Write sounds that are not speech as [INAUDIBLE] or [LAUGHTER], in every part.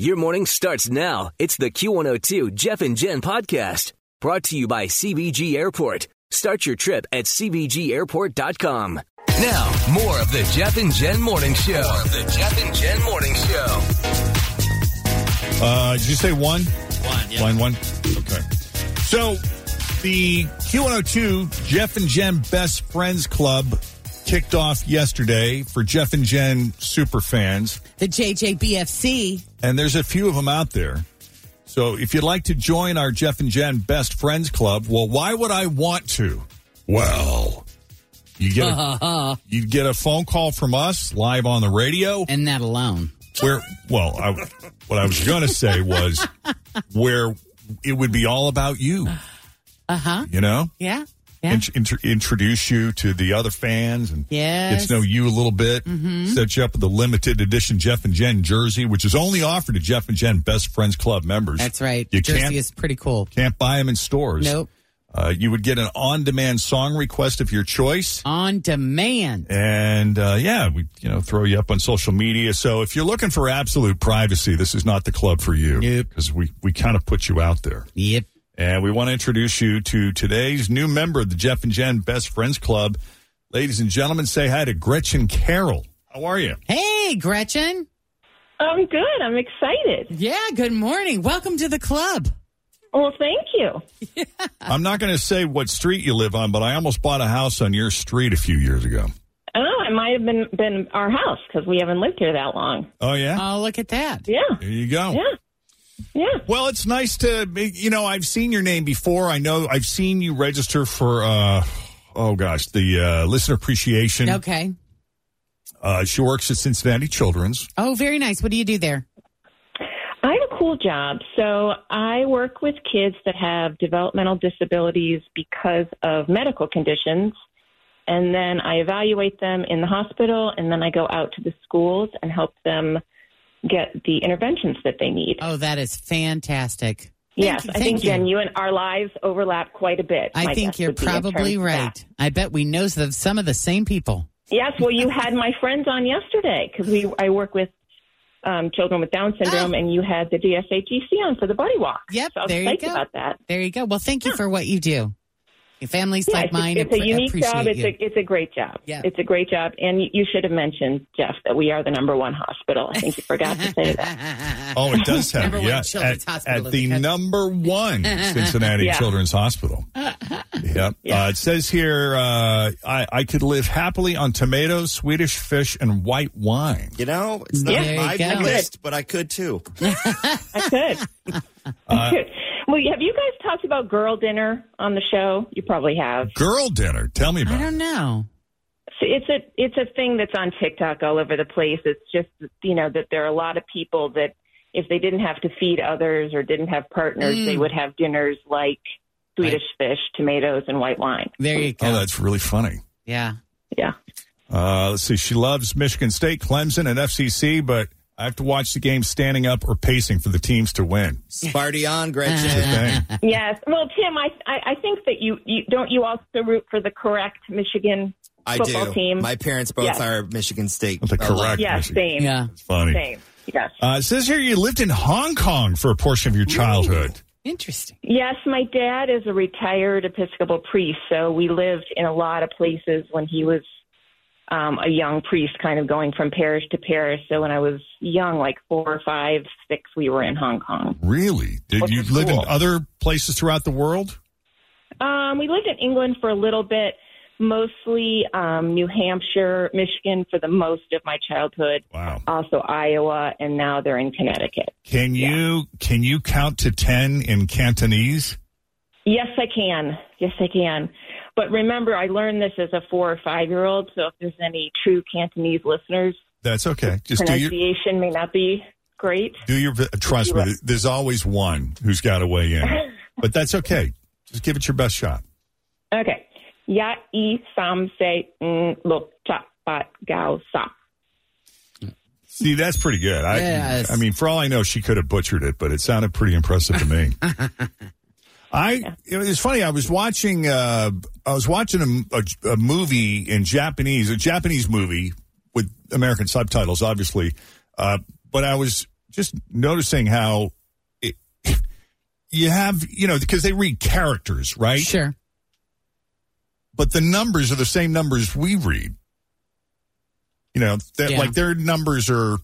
Your morning starts now. It's the Q102 Jeff and Jen podcast brought to you by CBG Airport. Start your trip at CBGAirport.com. Now, more of the Jeff and Jen Morning Show. More of the Jeff and Jen Morning Show. Uh, did you say one? One, yeah. Line one? Okay. So the Q102 Jeff and Jen Best Friends Club kicked off yesterday for Jeff and Jen super fans, the JJBFC. and there's a few of them out there. So if you'd like to join our Jeff and Jen Best Friends Club, well, why would I want to? Well, you get a, [LAUGHS] you'd get a phone call from us live on the radio. And that alone. where well I, what i was going to say was where it would be all about you Uh-huh. you know Yeah. Yeah. Int- int- introduce you to the other fans and Yes. Mm-hmm. get to know you a little bit set you up with a limited edition jeff and jen jersey which is only offered to jeff and jen best friends club members That's right. you Jersey can't, is pretty cool. can't buy them in stores Nope. uh, you would get an on-demand song request of your choice On demand. and uh, yeah, we you know throw you up on social media. So if you're looking for absolute privacy, this is not the club for you. Nope. because we we kind of put you out there, Yep. and we want to introduce you to today's new member of the Jeff and Jen Best Friends Club, ladies and gentlemen. Say hi to Gretchen Carroll. How are you? Hey, Gretchen. I'm good. I'm excited. Yeah, good morning. Welcome to the club. Well, thank you. I'm not going to say what street you live on, but I almost bought a house on your street a few years ago. Oh, it might have been been our house because we haven't lived here that long. Oh yeah, Oh, look at that. Yeah, there you go. yeah, yeah. Well, it's nice to you know I've seen your name before. I know I've seen you register for uh oh gosh the uh, listener appreciation. Okay. Uh, she works at Cincinnati Children's. Oh, very nice. What do you do there? I have a cool job. So I work with kids that have developmental disabilities because of medical conditions, and then I evaluate them in the hospital, and then I go out to the schools and help them get the interventions that they need. Oh, that is fantastic. Thank yes, you. I think Thank you. Jen, you and our lives overlap quite a bit. I my think guess you're would be in terms probably of right. that. I bet we know the, some of the same people. Yes, well, you had my friends on yesterday because we I work with um, children with Down syndrome, and you had the DSHEC on for the buddy walk. Ah. Yep, so I was there you psyched go. about that. There you go. Well, thank you for what you do. Your families Yeah, like it's, a- mine it's a appre- unique appreciate job. It's you. a it's a great job. Yeah. it's a great job, and you, you should have mentioned Jeff that we are the number one hospital. I think you forgot to say that. Oh, it does have Uh, [LAUGHS] Number one yeah children's at, hospital in at the the country. number [LAUGHS] one Cincinnati Yeah. Children's Hospital. Yep. Yeah. Uh, it says here uh, I I could live happily on tomatoes, Swedish fish, and white wine. You know, it's Yeah. not There you my go. list, but I could too. I could. I could. [LAUGHS] Well, have you guys talked about girl dinner on the show? You probably have. Girl dinner. Tell me I about. it. don't know. So it's a it's a thing that's on TikTok all over the place. It's just you know that there are a lot of people that if they didn't have to feed others or didn't have partners, Mm. they would have dinners like Swedish fish, tomatoes, and white wine. There you go. Oh, that's really funny. yeah. [LAUGHS] Yeah, Uh, let's see. She loves Michigan State, Clemson, and FCC, but I have to watch the game standing up or pacing for the teams to win. Sparty on, Gretchen. Uh, Dang. [LAUGHS] yes. Well, Tim, I, I I think that you, you don't you also root for the correct Michigan I football do. team. My parents both Yes. are Michigan State. The correct. yes, Michigan. same, Yeah. It's funny. same. Yes, Uh, it says here you lived in Hong Kong for a portion of your childhood. Interesting. yes. My dad is a retired Episcopal priest, so we lived in a lot of places when he was um, a young priest kind of going from parish to parish. So when I was young, like four or five, six, we were in Hong Kong. Really? Did What's you the live in school? other places throughout the world? Um, we lived in England for a little bit, mostly um, New Hampshire, Michigan for the most of my childhood, Wow. also Iowa, and now they're in Connecticut. Can Yeah. you can you count to 10 in Cantonese? Yes, I can. Yes, I can. But remember, I learned this as a four or five year old. So if there's any true Cantonese listeners, That's okay. Just do your pronunciation may not be great. do your trust me. There's always one who's got to weigh [LAUGHS] in. But that's okay. Just give it your best shot. Okay. Ya i sam se ng lok cha pat gao sa. See, that's pretty good. I, Yes. I mean, for all I know, she could have butchered it, but it sounded pretty impressive to me. I it was funny. I was watching uh, I was watching a, a- a movie in Japanese, a Japanese movie with American subtitles, obviously. Uh, but I was just noticing how it, [LAUGHS] you have you know because they read characters, right? Sure. but the numbers are the same numbers we read. You know, that Yeah. like their numbers are.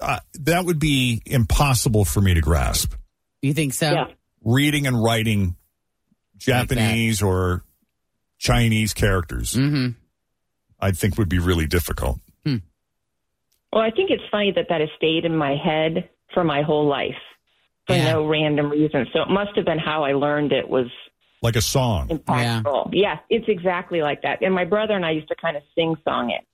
Uh, that would be impossible for me to grasp. You think so? Yeah. Reading and writing Like that. Japanese or Chinese characters, Mm-hmm. I think would be really difficult. Well, I think it's funny that that has stayed in my head for my whole life for Yeah. no random reason. So it must have been how I learned it was Like a song. impactful. Yeah. it's exactly like that. And my brother and I used to kind of sing song it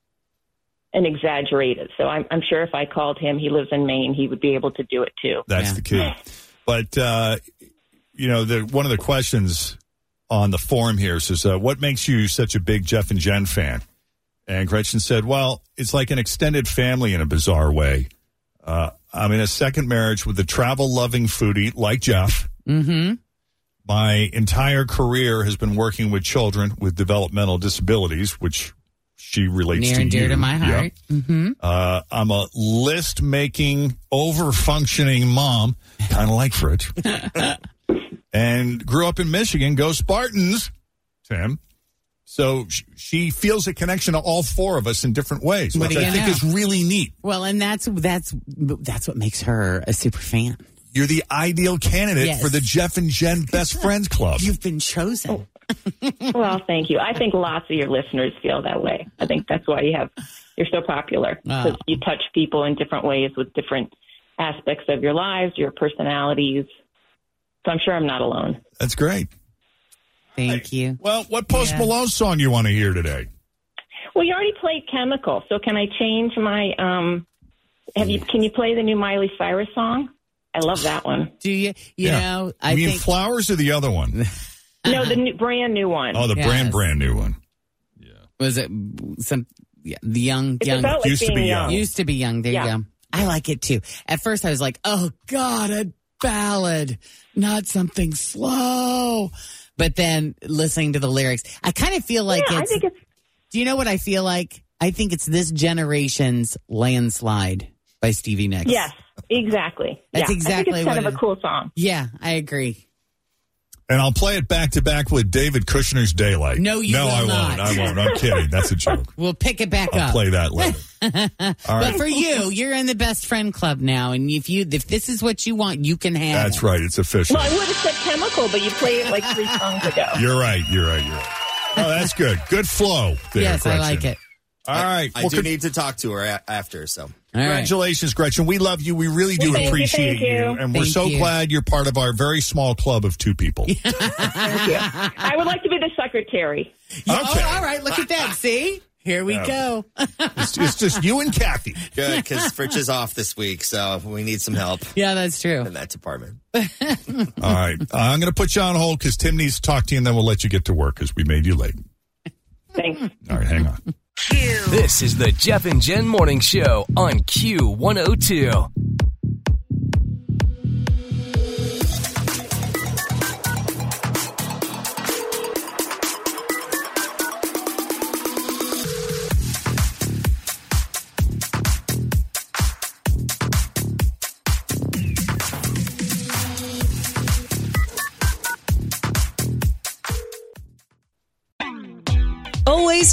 and exaggerate it. So I'm, I'm sure if I called him, he lives in Maine, he would be able to do it too. [LAUGHS] That's Yeah. the key. But uh, you know, the one of the questions on the forum here says, uh, "What makes you such a big Jeff and Jen fan?" And Gretchen said, "Well, it's like an extended family in a bizarre way. Uh, I'm in a second marriage with a travel-loving foodie like Jeff. Mm-hmm. My entire career has been working with children with developmental disabilities, which." She relates Near to and dear you. to my Yep. heart. Mm-hmm. Uh, I'm a list making, over functioning mom, kind of like Fritz, and grew up in Michigan. Go Spartans, Tim. So sh- she feels a connection to all four of us in different ways, What which do you I think know? is really neat. Well, and that's that's that's what makes her a super fan. You're the ideal candidate Yes. for the Jeff and Jen [LAUGHS] Best Friends Club. You've been chosen. Oh, well, thank you. I think lots of your listeners feel that way. I think that's why you have you're so popular Wow. 'cause you touch people in different ways with different aspects of your lives, your personalities. So I'm sure I'm not alone. That's great. Thank you. Well, what Post Yeah. Malone song you want to hear today? Well, you already played Chemical, so can I change my? Um, have you? Can you play the new Miley Cyrus song? I love that one. Do you? You Yeah. know, I I mean, think Flowers or the other [LAUGHS] one? No, the new, brand new one. Oh, the Yes. brand brand new one. was it some yeah, the young it's young about like Used to being be young. young. used to be young. There Yeah. you go. I like it too. At first, I was like, oh god, a ballad, not something slow. But then listening to the lyrics, I kind of feel like yeah, I it's. think it's do you know what I feel like? I think it's this generation's landslide by Stevie Nicks. yes, exactly. That's yeah. I think exactly it's what kind of it a is. cool song. Yeah, I agree. And I'll play it back to back with David Kushner's Daylight. No, you no, will I not. won't. I won't. I'm kidding. That's a [LAUGHS] joke. We'll pick it back I'll up. play that later. All But right. for you, you're in the best friend club now, and if you if this is what you want, you can have. That's right. It's official. Well, I would have said Chemical, but you played it like [LAUGHS] three songs ago. You're right. You're right. You're right. Oh, that's good. Good flow. There, yes, Gretchen. I like it. All right. I Well, do con- need to talk to her a- after, so. All right. congratulations, Gretchen. We love you. We really do Thank you, appreciate thank you. And we're Thank so you. glad you're part of our very small club of two [LAUGHS] people. Thank you. I would like to be the secretary. Yeah, Okay. oh, all right, look at that. See? Here we Yeah. go. [LAUGHS] it's, it's just you and Kathy. Good, because Fritch is off this week, so we need some help yeah, that's true. in that department. All right. I'm going to put you on hold because Tim needs to talk to you, and then we'll let you get to work because we made you late. Thanks. All right. Hang on. This is the Jeff and Jen Morning Show on Q102. always Always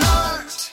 art.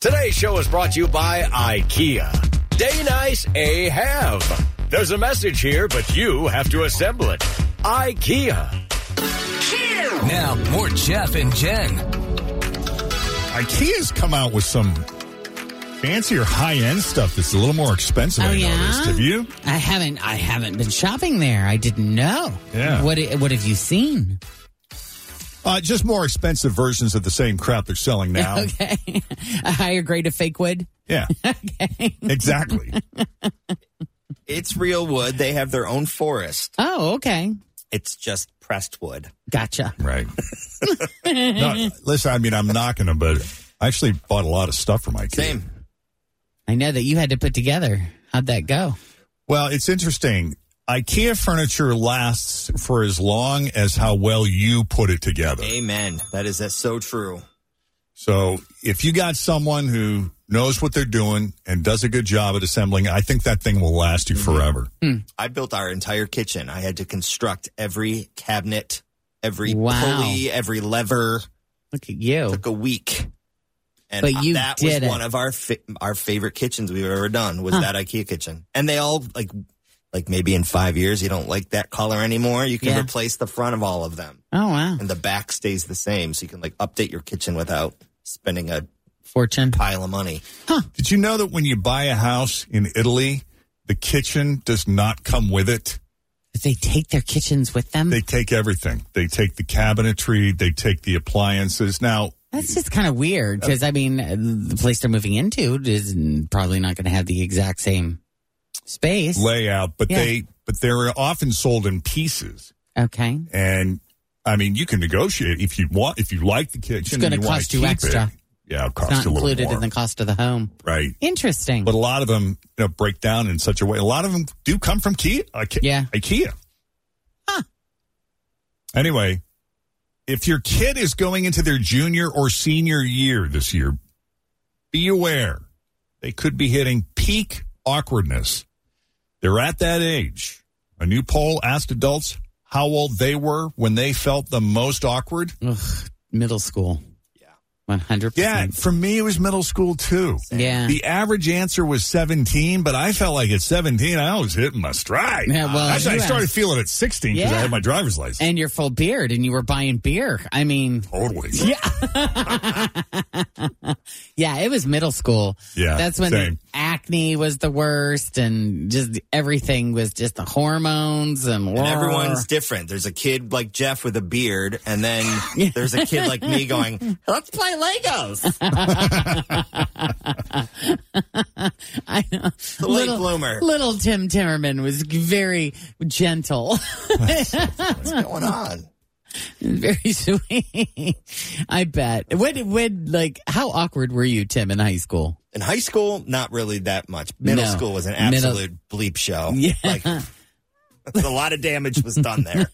Today's show is brought to you by IKEA. Day nice a have. There's a message here, but you have to assemble it. IKEA. Now more Jeff and Jen. IKEA's come out with some fancier high end stuff that's a little more expensive. Oh, I yeah? noticed. Have you? I haven't. I haven't been shopping there. I didn't know. Yeah. What What have you seen? [LAUGHS] Uh, just more expensive versions of the same crap they're selling now. [LAUGHS] Okay. A higher grade of fake wood. [LAUGHS] Yeah. Exactly. It's real wood. They have their own forest. Oh, okay. It's just pressed wood. Gotcha. [LAUGHS] Right. No, listen, I mean, I'm knocking them, but I actually bought a lot of stuff from IKEA. Same. I know that you had to put together. How'd that go? Well, it's interesting. IKEA furniture lasts for as long as how well you put it together. Amen. That is that's so true. So if you got someone who knows what they're doing and does a good job at assembling, I think that thing will last you Mm-hmm. [LAUGHS] forever. I built our entire kitchen. I had to construct every cabinet, every Wow. pulley, every lever. Look at you. Took a week. And But you that did it. was one of our fa- our favorite kitchens we've ever done was that IKEA kitchen. And they all like like maybe in 5 years you don't like that color anymore, you can Yeah. replace the front of all of them. Oh wow. And the back stays the same so you can like update your kitchen without spending a Fortune. pile of money. Did you know that when you buy a house in Italy, the kitchen does not come with it? Did they take their kitchens with them? They take everything. They take the cabinetry, they take the appliances. Now, That's just kind of weird because I mean, uh, the place they're moving into is probably not going to have the exact same space. layout, but Yeah. they but they're often sold in pieces. okay. And I mean, you can negotiate if you want if you like the kitchen. gonna and wanna cost you keep extra. It, yeah, it It's costs not you a little included more. in the cost of the home. right. Interesting. Mm-hmm. But a lot of them you know, break down in such a way. A lot of them do come from Kia, Ikea. Yeah. IKEA. Huh. Anyway, if your kid is going into their junior or senior year this year, be aware they could be hitting peak awkwardness. They're at that age. A new poll asked adults how old they were when they felt the most awkward. Ugh, middle school. Yeah. 100%. Yeah, for me, it was middle school too. Yeah. The average answer was 17, but I felt like at 17, I was hitting my stride. Yeah, well, Actually, I you started have- feeling at 16 because I Yeah. had my driver's license. And your full beard and you were buying beer. I mean, totally. yeah, it was middle school. Yeah, That's when same. acne was the worst and just everything was just the hormones and, And war. everyone's different. There's a kid like Jeff with a beard, and then there's a kid like me going, let's play [LAUGHS] Legos. [LAUGHS] I know. The late bloomer. Little Tim Timmerman was very gentle, [LAUGHS] What's going on? very sweet. I bet. When, when, like, how awkward were you, Tim, in high school? In high school, not really that much. Middle No. school was an Middle- absolute bleep show. [LAUGHS] Yeah. Like, a lot of damage was [LAUGHS] done there.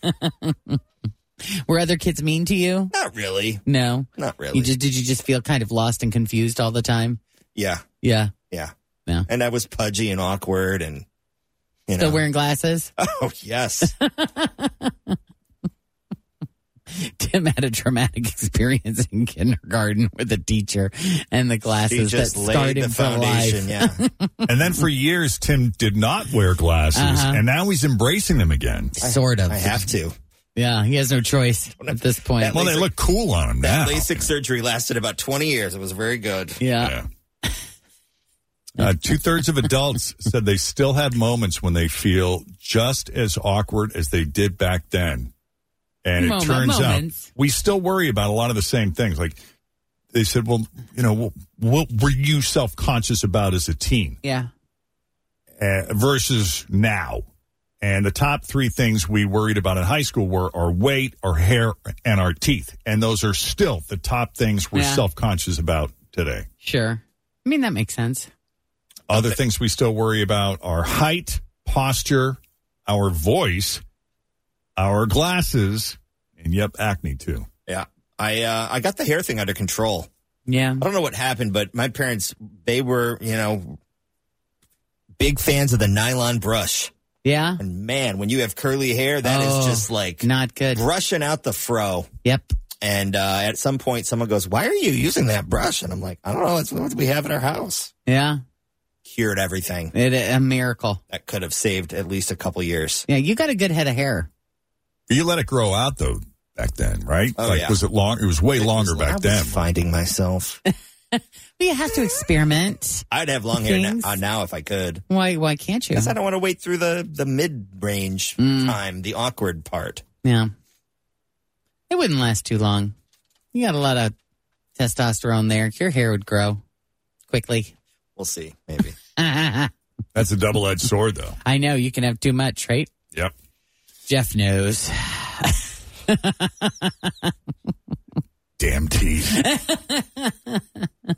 Were other kids mean to you? not really. No. Not really. You just did you just feel kind of lost and confused all the time? yeah. Yeah. Yeah. Yeah. And I was pudgy and awkward and, you know. Still wearing glasses? [LAUGHS] oh, [LAUGHS] yes. [LAUGHS] Tim had a traumatic [LAUGHS] experience in kindergarten with a teacher and the She glasses just that laid started the for life. foundation. Yeah. and then for years, Tim did not wear glasses, Uh-huh. and now he's embracing them again. Sort of. I [LAUGHS] have to. Yeah, he has no choice at this point. Well, they look cool on him now. That LASIK surgery lasted about 20 years. It was very good. Yeah. Yeah. Uh, Two thirds of [LAUGHS] adults said they still have moments when they feel just as awkward as they did back then. And it Moment- turns moments. out we still worry about a lot of the same things. Like they said, well, you know, what, what were you self conscious about as a teen Yeah. uh, versus now? And the top three things we worried about in high school were our weight, our hair, and our teeth. And those are still the top things we're Yeah. self conscious about today. Sure. I mean, that makes sense. Other things we still worry about are height, posture, our voice, our glasses, and yep, acne too. Yeah. I uh, I got the hair thing under control. Yeah. I don't know what happened, but my parents they were, you know, big fans of the nylon brush. Yeah. And man, when you have curly hair, that is Oh, just like Not good. brushing out the fro. Yep. And uh, at some point, someone goes, "Why are you using that brush?" And I'm like, "I don't know. It's what we have in our house." Yeah. Cured everything. It, a miracle. That could have saved at least a couple years. Yeah. You got a good head of hair. You let it grow out though back then, right? Oh, like yeah. was it long? It was way longer I back was then. [LAUGHS] Finding myself, But you have to experiment. I'd have long hair now, Things. uh, now if I could. Why? Why can't you? Because I don't want to wait through the the mid range Mm. time, the awkward part. Yeah. It wouldn't last too long. You got a lot of testosterone there. Your hair would grow quickly. We'll see. Maybe. [LAUGHS] I That's a double edged sword though. know you can have too much, right? Yep. Jeff knows. Damn teeth.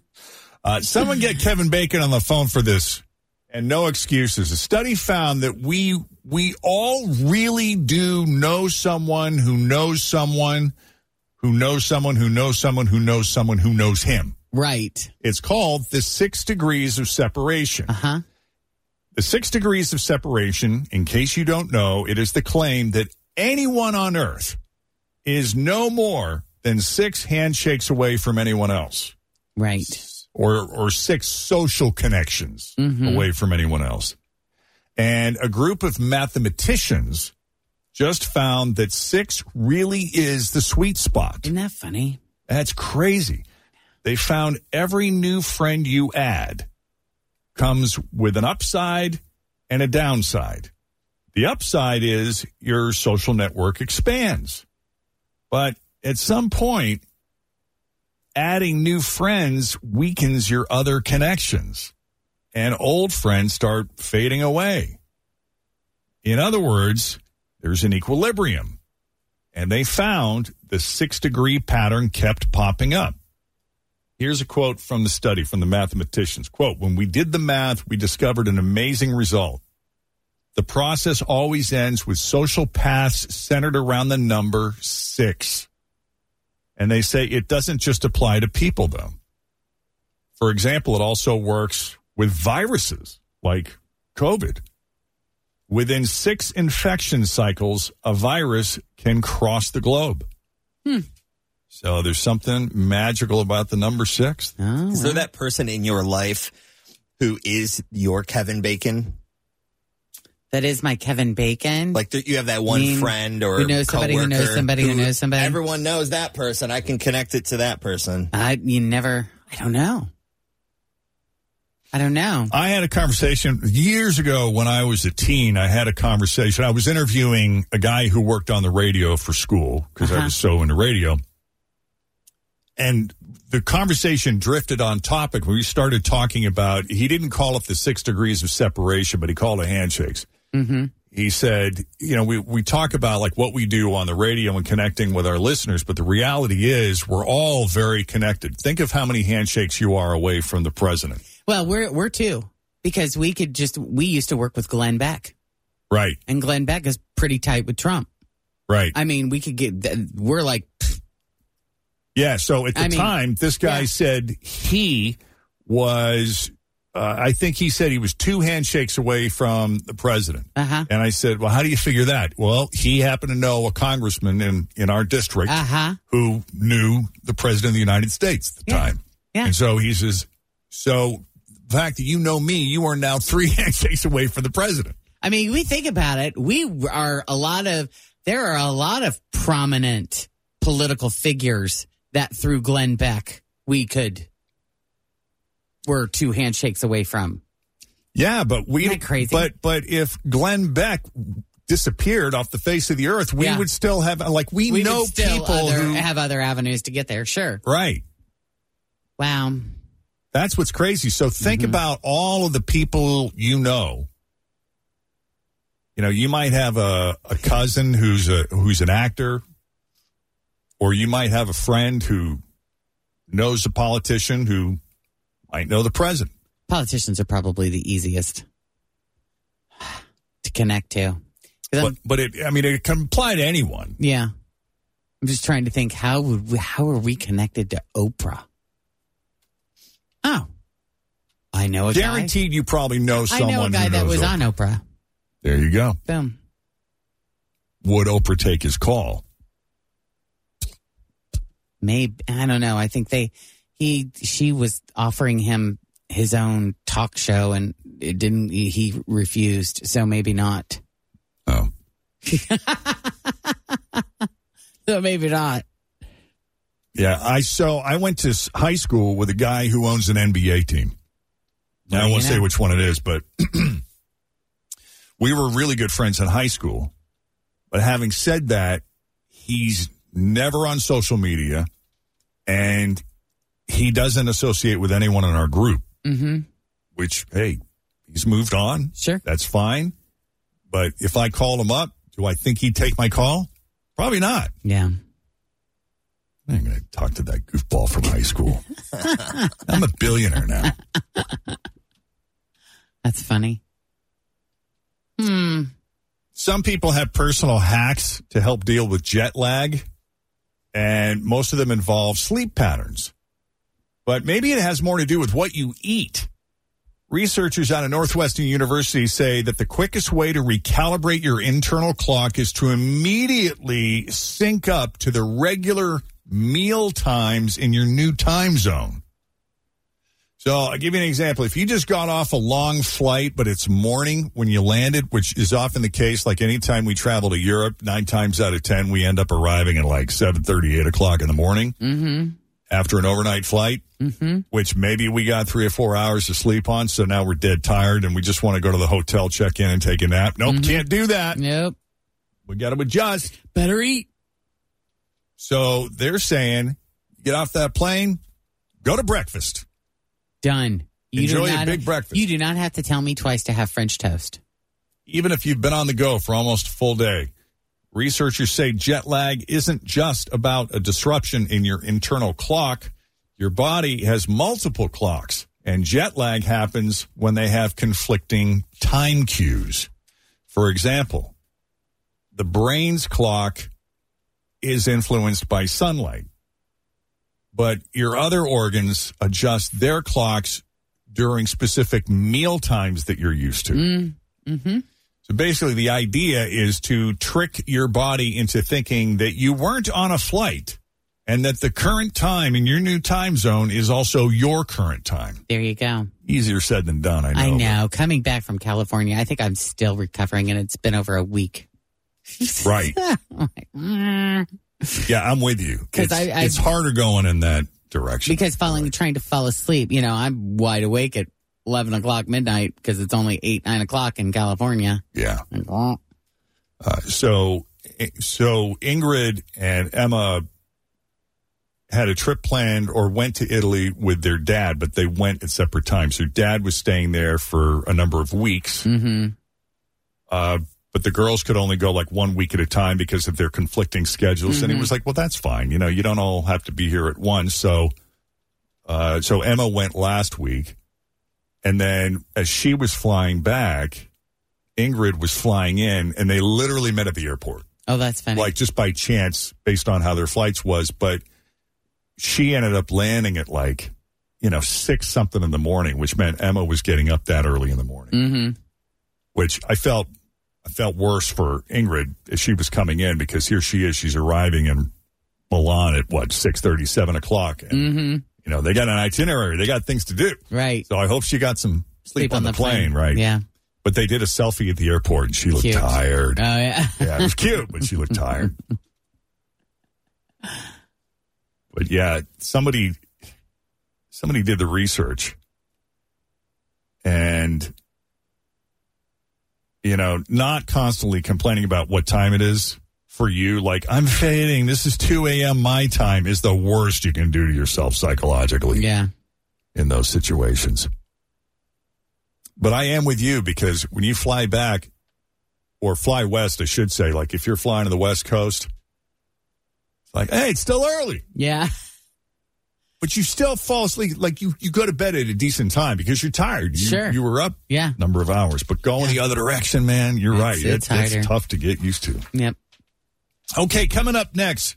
[LAUGHS] uh, someone get Kevin Bacon on the phone for this, and no excuses. A study found that we we all really do know someone who knows someone who knows someone who knows someone who knows someone who knows him. Right. It's called the six degrees of separation. Uh huh. The six degrees of separation, in case you don't know, it is the claim that anyone on earth is no more than six handshakes away from anyone else Right. or, or six social connections Mhm. away from anyone else. And a group of mathematicians just found that six really is the sweet spot. Isn't that funny? That's crazy. They found every new friend you add comes with an upside and a downside. The upside is your social network expands. But at some point, adding new friends weakens your other connections and old friends start fading away. In other words, there's an equilibrium and they found the six degree pattern kept popping up. Here's a quote from the study from the mathematicians. Quote, when we did the math, we discovered an amazing result. The process always ends with social paths centered around the number six. And they say it doesn't just apply to people though. For example, it also works with viruses like COVID. Within six infection cycles, a virus can cross the globe. So there's something magical about the number six. Oh, Is there that person in your life who is your Kevin Bacon? that is my Kevin Bacon. Like th- you have that one Mean, friend or who knows somebody who knows coworker somebody who knows somebody? Everyone knows that person. I can connect it to that person. I you never. I don't know. I don't know. Uh- I had a conversation years ago when I was a teen. I had a conversation. I was interviewing a guy who worked on the radio for school because I Uh-huh. was so into radio. And the conversation drifted on topic. We started talking about, he didn't call it the six degrees of separation, but he called it handshakes. Mm-hmm. he said, you know, we, we talk about like what we do on the radio and connecting with our listeners, but the reality is we're all very connected. Think of how many handshakes you are away from the president. Well, we're we're two because we could just we used to work with Glenn Beck, Right, and Glenn Beck is pretty tight with Trump. right. I mean, we could get. th- We're like yeah. So at the I mean, time, this guy yeah. said he was, uh, I think he said he was two handshakes away from the president. uh huh And I said, well, how do you figure that? Well, he happened to know a congressman in, in our district uh huh who knew the president of the United States at the Yeah. time. Yeah. And so he says, so the fact that you know me, you are now three [LAUGHS] handshakes away from the president. I mean, we think about it. We are a lot of, there are a lot of prominent political figures that through Glenn Beck we could, were two handshakes away from. Yeah, but we Isn't that crazy? But but if Glenn Beck disappeared off the face of the earth, we Yeah. would still have like we, We would know still people other, who have other avenues to get there. Sure. right. Wow. That's what's crazy. So think Mm-hmm. about all of the people you know. You know, you might have a, a cousin who's a who's an actor, or you might have a friend who knows a politician who might know the president. Politicians are probably the easiest to connect to. 'Cause I'm- But but it I mean it can apply to anyone. yeah. I'm just trying to think how would we, how are we connected to Oprah? Oh. I know a guy. Guaranteed you probably know I someone know a guy who that knows was Oprah. on Oprah. There you go. Boom. Would Oprah take his call? Maybe I don't know. I think they he she was offering him his own talk show and it didn't he- he refused, so maybe not. Oh. So maybe not. Yeah, I so I went to s- high school with a guy who owns an NBA team. Now, I Well, won't you say know. which one it is, but [CLEARS THROAT] we were really good friends in high school. But having said that, he's never on social media, and he doesn't associate with anyone in our group. Mm-hmm. Which, hey, he's moved on. Sure. That's fine. But if I called him up, do I think he'd take my call? Probably not. Yeah. I'm going to talk to that goofball from high school. I'm a billionaire now. That's funny. Hmm. Some people have personal hacks to help deal with jet lag, and most of them involve sleep patterns. But maybe it has more to do with what you eat. Researchers out of Northwestern University say that the quickest way to recalibrate your internal clock is to immediately sync up to the regular meal times in your new time zone. So I'll give you an example. If you just got off a long flight, but it's morning when you landed, which is often the case, like anytime we travel to Europe, nine times out of ten, we end up arriving at like 7.30, 8 o'clock in the morning Mm-hmm. after an overnight flight, Mm-hmm. which maybe we got three or four hours to sleep on. So now we're dead tired and we just want to go to the hotel, check in and take a nap. Nope, can't do that. Nope. We got to adjust. Better eat. So they're saying, get off that plane, go to breakfast. Done. You do Enjoy your not- big breakfast. You do not have to tell me twice to have French toast. even if you've been on the go for almost a full day. Researchers say jet lag isn't just about a disruption in your internal clock. Your body has multiple clocks, and jet lag happens when they have conflicting time cues. For example, the brain's clock is influenced by sunlight, but your other organs adjust their clocks during specific meal times that you're used to. Mm. Mm-hmm. So basically, the idea is to trick your body into thinking that you weren't on a flight and that the current time in your new time zone is also your current time. There you go. Easier said than done, I know. I know. Coming back from California, I think I'm still recovering, and it's been over a week. [LAUGHS] Right. I'm like, mm. Yeah, I'm with you. 'Cause It's, I- I- it's harder going in that direction. because falling, trying to fall asleep, you know, I'm wide awake at 11 o'clock midnight because it's only 8, 9 o'clock in California. Yeah. Like, oh. Uh, so, eh, so Ingrid and Emma had a trip planned or went to Italy with their dad, but they went at separate times. Her dad was staying there for a number of weeks. Mm-hmm. Uh, but the girls could only go like one week at a time because of their conflicting schedules. And it was like, well, that's fine. You know, you don't all have to be here at once. So, uh, so Emma went last week. And then as she was flying back, Ingrid was flying in and they literally met at the airport, Oh, that's funny. like just by chance based on how their flights was. But she ended up landing at like, you know, six something in the morning, which meant Emma was getting up that early in the morning mm-hmm. which I felt I felt worse for Ingrid as she was coming in because here she is, she's arriving in Milan at what six thirty, seven o'clock, and Mm-hmm. you know they got an itinerary, they got things to do. Right. So I hope she got some sleep, on, the, plane, right? Yeah. But they did a selfie at the airport, and she looked Cute. tired. Oh, yeah. [LAUGHS] yeah, it was cute, but she looked tired. But yeah, somebody somebody did the research and you know, not constantly complaining about what time it is for you, like, I'm fading, this is 2 a.m. my time, is the worst you can do to yourself psychologically Yeah. in those situations. But I am with you because when you fly back or fly west, I should say, like if you're flying to the West Coast, it's like, hey, it's still early, Yeah. but you still fall asleep. Like you, you go to bed at a decent time because you're tired. You, Sure. You were up Yeah. number of hours, but going the other direction, man, you're It's- right. it's It- it's harder. tough to get used to. Yep. Okay, coming up next.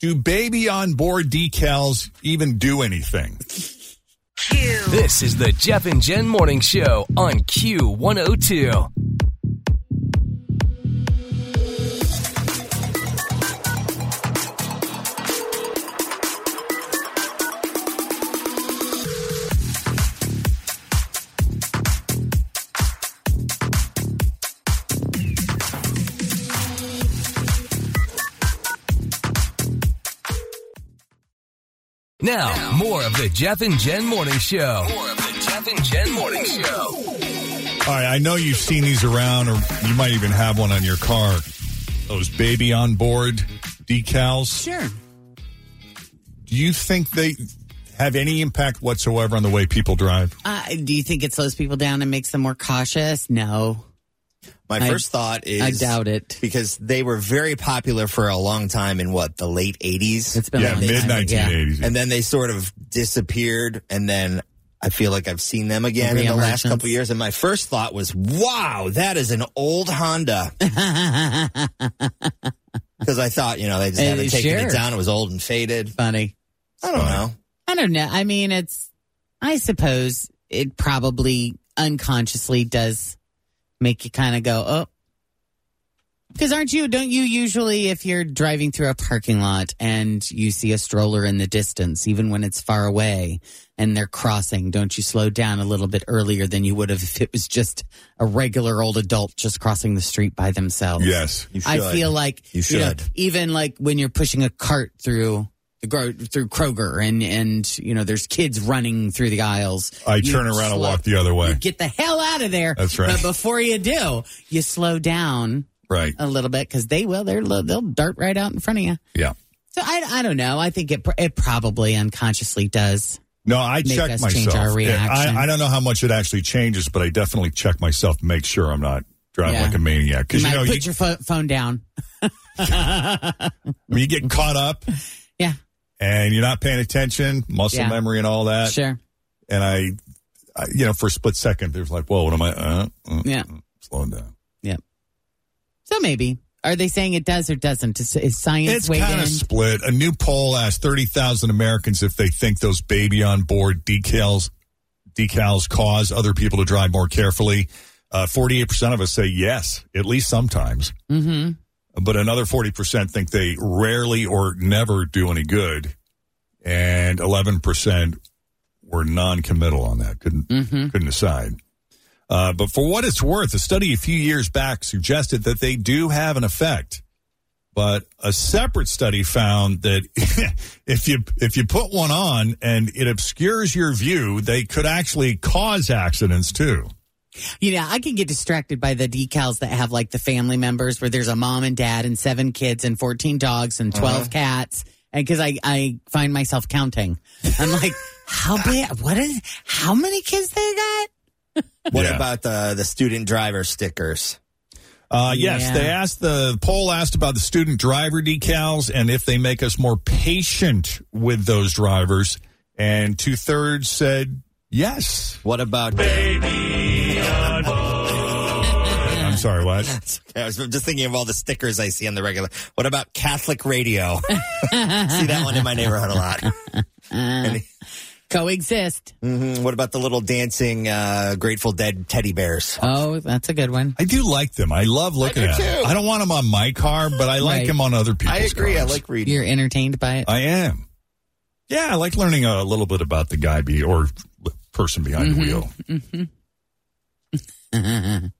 Do baby on board decals even do anything? This is the Jeff and Jen Morning Show on Q102. Now, more of the Jeff and Jen Morning Show. More of the Jeff and Jen Morning Show. All right, I know you've seen these around, or you might even have one on your car. Those baby on board decals. Sure. Do you think they have any impact whatsoever on the way people drive? Uh, do you think it slows people down and makes them more cautious? No. My I- first thought is I doubt it. because they were very popular for a long time in what the late '80s. It's been a yeah, long mid time, but yeah. 1980s. and then they sort of disappeared and then I feel like I've seen them again in the last Reemergence. couple years and my first thought was wow that is an old Honda because I thought you know they just [LAUGHS] Uh, haven't taken sure. it down it was old and faded [LAUGHS] Funny. I don't know I don't know. I mean, it's, I suppose it probably unconsciously does make you kind of go, oh. Because aren't you, don't you usually, if you're driving through a parking lot and you see a stroller in the distance, even when it's far away and they're crossing, don't you slow down a little bit earlier than you would have if it was just a regular old adult just crossing the street by themselves? yes. you I should. feel like You know, should. even like when you're pushing a cart through the gro- through Kroger and and you know there's kids running through the aisles. I you turn around and slow- walk the other way. you Get the hell out of there! That's right. But before you do, you slow down Right. a little bit because they will. They're lo- they'll dart right out in front of you. Yeah. So I, I don't know. I think it pr- it probably unconsciously does. No, I Make check us myself. change our Yeah, reaction. I, I don't know how much it actually changes, but I definitely check myself to make sure I'm not driving Yeah. like a maniac. You Because you, might know, put you, your pho- phone down. I mean, you get caught up [LAUGHS] Yeah, and you're not paying attention, muscle Yeah. memory and all that. sure. and I, I you know, for a split second, there's like, whoa, what am I? Uh, uh, Yeah. uh, slowing down. So maybe are they saying it does or doesn't? Is, is science It's weighed kind in? of split. A new poll asked 30,000 Americans if they think those baby on board decals decals cause other people to drive more carefully. Uh, 48% of us say yes, at least sometimes. mm-hmm. But another 40% think they rarely or never do any good. And 11% were non-committal on that. Couldn't Mm-hmm. couldn't decide. Uh, but for what it's worth, a study a few years back suggested that they do have an effect. But a separate study found that [LAUGHS] if you if you put one on and it obscures your view, they could actually cause accidents too. You know, I can get distracted by the decals that have like the family members where there's a mom and dad and seven kids and 14 dogs and 12 Uh-huh. cats. And because I, I find myself counting, I'm [LAUGHS] like, how big, what is, how many kids they got? what Yeah. about uh, the the student driver stickers Uh, yes, Yeah. they asked the poll asked about the student driver decals and if they make us more patient with those drivers, and two thirds said yes. what about I'm sorry, what? I was just thinking of all the stickers I see on the regular what about Catholic radio [LAUGHS] see that one in my neighborhood a lot Any- Coexist. Mhm. What about the little dancing uh, Grateful Dead teddy bears? Oh, that's a good one. I do like them. I love looking at them. I don't want them on my car, but I like Right. them on other people's cars. reading. You're entertained by it. I am. Yeah, I like learning a little bit about the guy be or person behind Mm-hmm. the wheel. I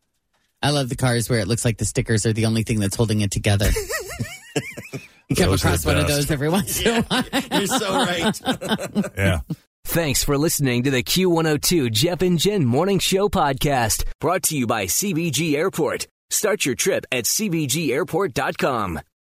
love the cars where it looks like the stickers are the only thing that's holding [LAUGHS] it together. you come Those are the across one of best. those every once in a while. [LAUGHS] You're so right. [LAUGHS] Yeah. Thanks for listening to the Q102 Jeff and Jen Morning Show podcast, brought to you by CBG Airport. Start your trip at CBGAirport.com.